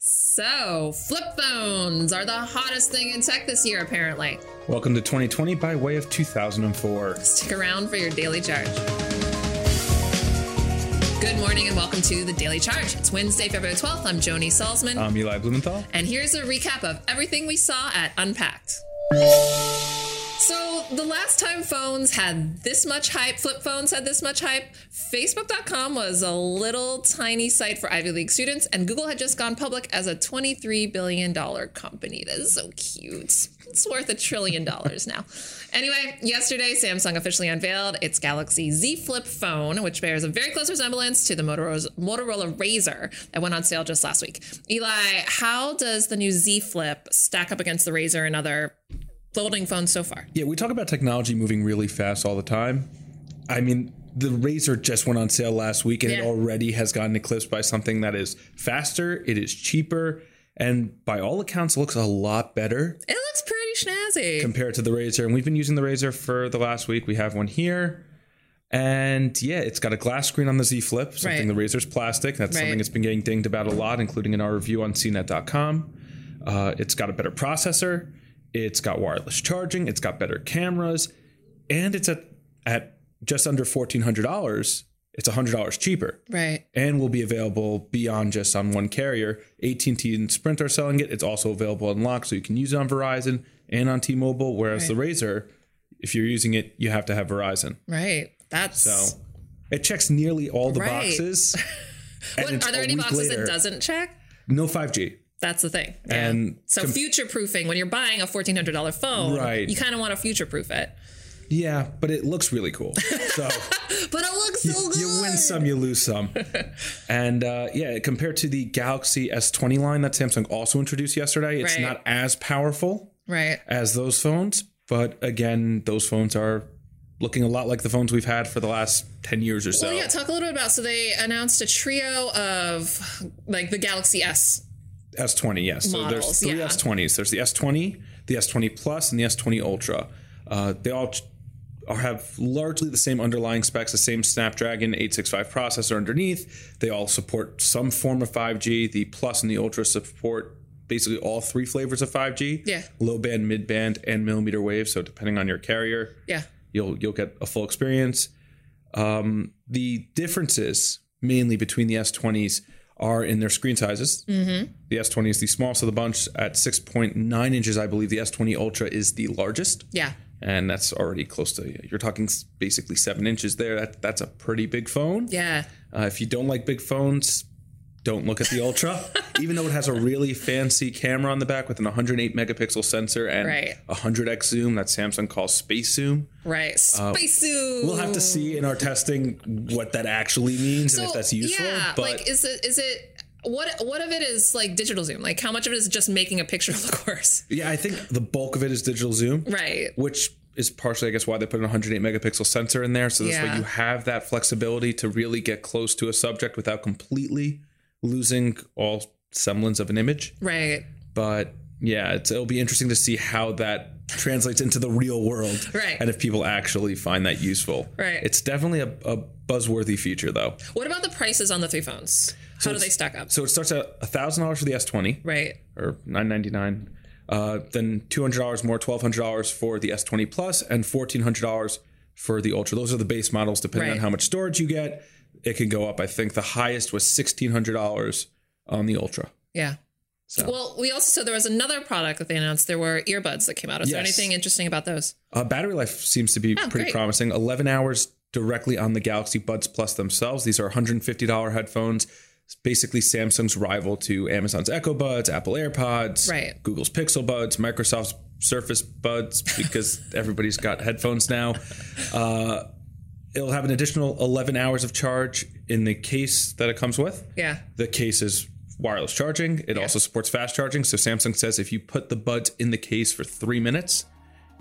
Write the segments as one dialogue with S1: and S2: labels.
S1: So, flip phones are the hottest thing in tech this year, apparently.
S2: Welcome to 2020 by way of 2004.
S1: Stick around for your daily charge. Good morning and welcome to the Daily Charge. It's Wednesday, February 12th. I'm Joni Salzman.
S2: I'm Eli Blumenthal.
S1: and here's a recap of everything we saw at Unpacked. So, the last time phones had this much hype, flip phones had this much hype, Facebook.com was a little tiny site for Ivy League students, and Google had just gone public as a $23 billion company. That is so cute. It's worth a trillion dollars now. Anyway, yesterday, Samsung officially unveiled its Galaxy Z Flip phone, which bears a very close resemblance to the Motorola, Motorola Razr that went on sale just last week. Eli, how does the new Z Flip stack up against the Razr and other folding phones so far?
S2: Yeah, we talk about technology moving really fast all the time. I mean, the Razer just went on sale last week and it
S1: Yeah.
S2: already has gotten eclipsed by something that is faster, it is cheaper, and by all accounts looks a lot better
S1: It looks pretty schnazzy.
S2: compared to the Razer. And we've been using the Razer for the last week. We have one here. And yeah, it's got a glass screen on the Z Flip, something
S1: Right.
S2: the Razer's plastic. That's
S1: Right.
S2: something that's been getting dinged about a lot, including in our review on E CNET.com. Uh, it's got a better processor. It's got wireless charging. It's got better cameras. And it's at, at just under $1,400. It's $100 cheaper
S1: Right.
S2: and will be available beyond just on one carrier. AT&T and Sprint are selling it. It's also available in lock, so you can use it on Verizon and on T-Mobile. Whereas the Razor, if you're using it, you have to have Verizon.
S1: Right. That's.
S2: So it checks nearly all the
S1: Right.
S2: boxes. and
S1: what,
S2: it's
S1: are there
S2: a
S1: any
S2: week
S1: boxes
S2: later.
S1: it doesn't check?
S2: No 5G.
S1: That's the thing.
S2: And
S1: so
S2: com-
S1: future proofing when you're buying a fourteen hundred dollar phone,
S2: Right.
S1: you kind of want to future proof it.
S2: Yeah, but it looks really cool. So
S1: But it looks so good.
S2: you win some, you lose some. and uh, yeah, compared to the Galaxy S20 line that Samsung also introduced yesterday, it's
S1: Right.
S2: not as powerful.
S1: Right.
S2: as those phones. But again, those phones are looking a lot like the phones we've had for the last 10 years or so.
S1: Well, yeah, talk a little bit about. So they announced a trio of like the Galaxy S.
S2: S20, yes.
S1: Models,
S2: so there's three
S1: yeah.
S2: S20s. There's the S20, the S20 Plus, and the S20 Ultra. Uh, they all ch- are, have largely the same underlying specs, the same Snapdragon 865 processor underneath. They all support some form of 5G. The Plus and the Ultra support basically all three flavors of 5G.
S1: Yeah.
S2: Low band, mid band, and millimeter wave. So depending on your carrier,
S1: Yeah.
S2: you'll you'll get a full experience. Um, the differences mainly between the S20s are in their screen sizes. The S20 is the smallest of the bunch at 6.9 inches, I believe. The S20 Ultra is the largest,
S1: Yeah.
S2: and that's already close to you're talking s- basically seven inches there. That that's a pretty big phone.
S1: Yeah.
S2: Uh, if you don't like big phones, don't look at the Ultra, even though it has a really fancy camera on the back with an 108 megapixel sensor and
S1: Right.
S2: 100x zoom that Samsung calls space zoom.
S1: Right. Space suit.
S2: Uh, We'll have to see in our
S1: Mm.
S2: testing what that actually means and if that's useful.
S1: Oh, Yeah.
S2: but
S1: like, is it is it what what of it is like digital zoom? Like, how much of it is just making a picture look worse?
S2: yeah, I think the bulk of it is digital zoom,
S1: Right.
S2: which is partially, I guess, why they put an 108 megapixel sensor in there. So this
S1: Yeah.
S2: way you have that flexibility to really get close to a subject without completely losing all semblance of an image.
S1: Right.
S2: But yeah, it's, it'll be interesting to see how that translates into the real world
S1: Right.
S2: and if people actually find that useful.
S1: Right.
S2: It's definitely a, a buzzworthy feature, though.
S1: What about the prices on the three phones? How do
S2: it's-
S1: they stack up?
S2: So it starts at $1,000 for the S20.
S1: Right.
S2: or nine ninety nine. Uh, then two hundred dollars more, twelve hundred dollars for the S twenty plus, and fourteen hundred dollars for the Ultra. Those are the base models. Depending on
S1: Right.
S2: how much storage you get, it can go up. I think the highest was sixteen hundred dollars on the Ultra.
S1: Yeah.
S2: So-
S1: Well, we also saw there was another product that they announced. There were earbuds that came out. Is there
S2: Yes.
S1: anything interesting about those?
S2: Uh, battery life seems to be
S1: Oh,
S2: pretty
S1: great.
S2: promising. Eleven hours directly on the Galaxy Buds Plus themselves. These are one hundred and fifty dollar headphones. It's basically Samsung's rival to Amazon's Echo Buds, Apple AirPods,
S1: Right.
S2: Google's Pixel Buds, Microsoft's Surface Buds, because everybody's got headphones now. Uh, it'll have an additional 11 hours of charge in the case that it comes with.
S1: Yeah.
S2: The case is wireless charging. It also supports fast charging. So Samsung says if you put the buds in the case for three minutes,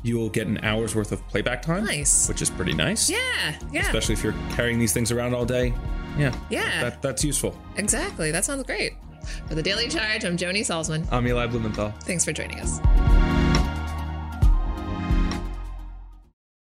S2: you will get an hour's worth of playback time.
S1: Nice.
S2: Which is pretty nice.
S1: Yeah. Yeah.
S2: Especially if you're carrying these things around all day. Yeah.
S1: Yeah.
S2: That, that's useful.
S1: Exactly. That sounds great. For the Daily Charge, I'm Joni Salzman.
S2: I'm Eli Blumenthal.
S1: Thanks for joining us.